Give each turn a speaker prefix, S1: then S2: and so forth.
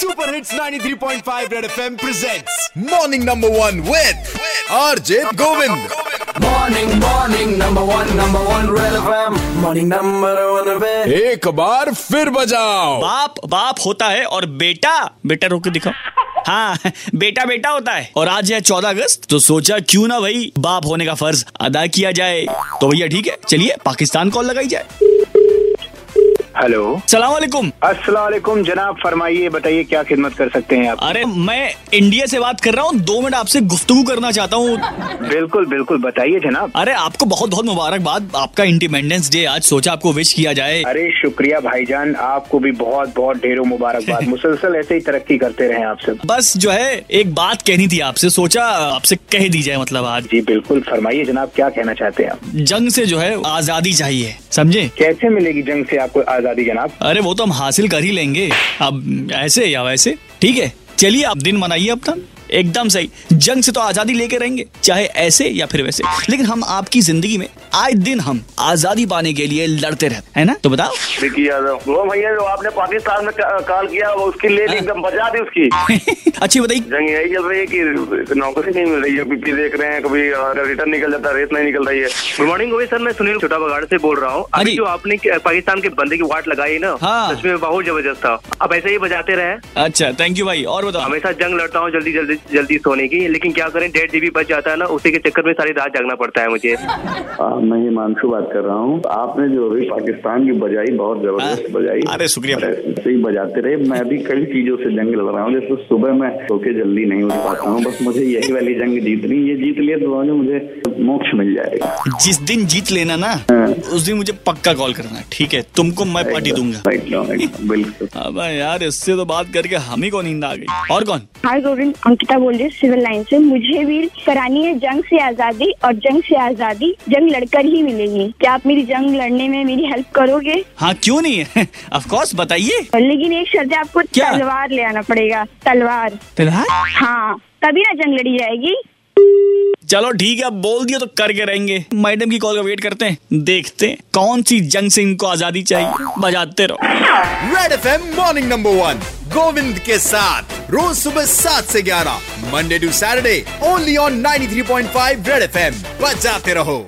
S1: Super hits 93.5 Red FM presents morning number one with RJ Govind
S2: Morning, morning, number one, number one, Red FM. Morning, number one, bed.
S1: एक बार फिर बजाओ
S3: बाप बाप होता है और बेटा बेटा रोक के दिखाओ हाँ बेटा बेटा होता है और आज है चौदह अगस्त तो सोचा क्यों ना भाई बाप होने का फर्ज अदा किया जाए तो भैया ठीक है चलिए पाकिस्तान कॉल लगाई जाए
S4: हेलो
S3: सलाम वालेकुम
S4: अस्सलाम वालेकुम जनाब फरमाइए बताइए क्या खिदमत कर सकते हैं आप
S3: अरे मैं इंडिया से बात कर रहा हूँ दो मिनट आपसे गुफ्तगू करना चाहता हूँ
S4: बिल्कुल बिल्कुल बताइए जनाब
S3: अरे आपको बहुत बहुत मुबारकबाद आपका इंडिपेंडेंस डे आज सोचा आपको विश किया जाए
S4: अरे शुक्रिया भाईजान आपको भी बहुत बहुत ढेरों मुबारकबाद मुसलसल ऐसे ही तरक्की करते रहे आप सब
S3: बस जो है एक बात कहनी थी आपसे सोचा आपसे कह दी जाए मतलब आज
S4: जी बिल्कुल फरमाइए जनाब क्या कहना चाहते हैं आप
S3: जंग से जो है आजादी चाहिए समझे
S4: कैसे मिलेगी जंग से आपको आजादी जनाब
S3: अरे वो तो हम हासिल कर ही लेंगे अब ऐसे या वैसे ठीक है चलिए आप दिन मनाइए अपना एकदम सही जंग से तो आजादी लेके रहेंगे चाहे ऐसे या फिर वैसे लेकिन हम आपकी जिंदगी में आए दिन हम आजादी पाने के लिए लड़ते रहते हैं ना तो बताओ
S5: विकी यादव वो भैया जो आपने पाकिस्तान में का- कॉल किया वो उसकी ले
S3: हाँ।
S5: ली एकदम बजा दी उसकी
S3: अच्छी बताइए
S5: जंग यही चल रही है कि नौकरी नहीं मिल रही है बीपी देख रहे हैं कभी अगर रिटर्न निकल जाता है रेस नहीं निकल रही है गुड मॉर्निंग गोविंद सर मैं सुनील छोटा बगाड़ से बोल रहा हूँ
S3: हाँ
S5: अभी
S3: जी।
S5: जो आपने के- पाकिस्तान के बंदे की वाट लगाई ना
S3: हाँ।
S5: सच में बहुत जबरदस्त था अब ऐसे ही बजाते रहे
S3: अच्छा थैंक यू भाई और बताओ
S5: हमेशा जंग लड़ता हूँ जल्दी जल्दी जल्दी सोने की लेकिन क्या करें डेढ़ जीबी बच जाता है ना उसी के चक्कर में सारी रात जागना पड़ता है मुझे
S6: आ, मैं हिमांशु बात कर रहा हूँ आपने जो अभी पाकिस्तान की बजाई बहुत जबरदस्त
S3: हाँ।
S6: बजाई
S3: अरे शुक्रिया।
S6: और ऐसे ही बजाते रहे मैं अभी कई चीजों से जंग लड़ रहा हूँ जैसे सुबह मैं सोके जल्दी नहीं उठ पाता हूँ बस मुझे यही वाली जंग जीतनी ये जीत लिए तो समझो मुझे मोक्ष मिल जाएगा
S3: जिस दिन जीत लेना ना उस दिन मुझे पक्का कॉल करना ठीक है तुमको मैं पार्टी दूंगा
S6: एकदम एकदम, बिल्कुल
S3: अब यार इससे तो बात करके हम ही को नींद आ गई और कौन
S7: हाय गोविंद अंकिता बोल रही हूँ सिविल लाइन से मुझे भी करानी है जंग से आजादी और जंग से आजादी जंग लड़कर ही मिलेगी क्या आप मेरी जंग लड़ने में मेरी हेल्प करोगे
S3: हाँ क्यों नहीं ऑफ कोर्स बताइए
S7: लेकिन एक शर्त है आपको
S3: क्या?
S7: तलवार ले आना पड़ेगा तलवार
S3: फिलहाल
S7: हाँ तभी ना जंग लड़ी जाएगी
S3: चलो ठीक है अब बोल दिया तो करके रहेंगे मैडम की कॉल का वेट करते हैं देखते हैं कौन सी जंग से इनको आजादी चाहिए बजाते रहो
S1: Red FM morning number one Govind के साथ रोज सुबह सात से ग्यारह Monday to Saturday only on 93.5 Red FM बजाते रहो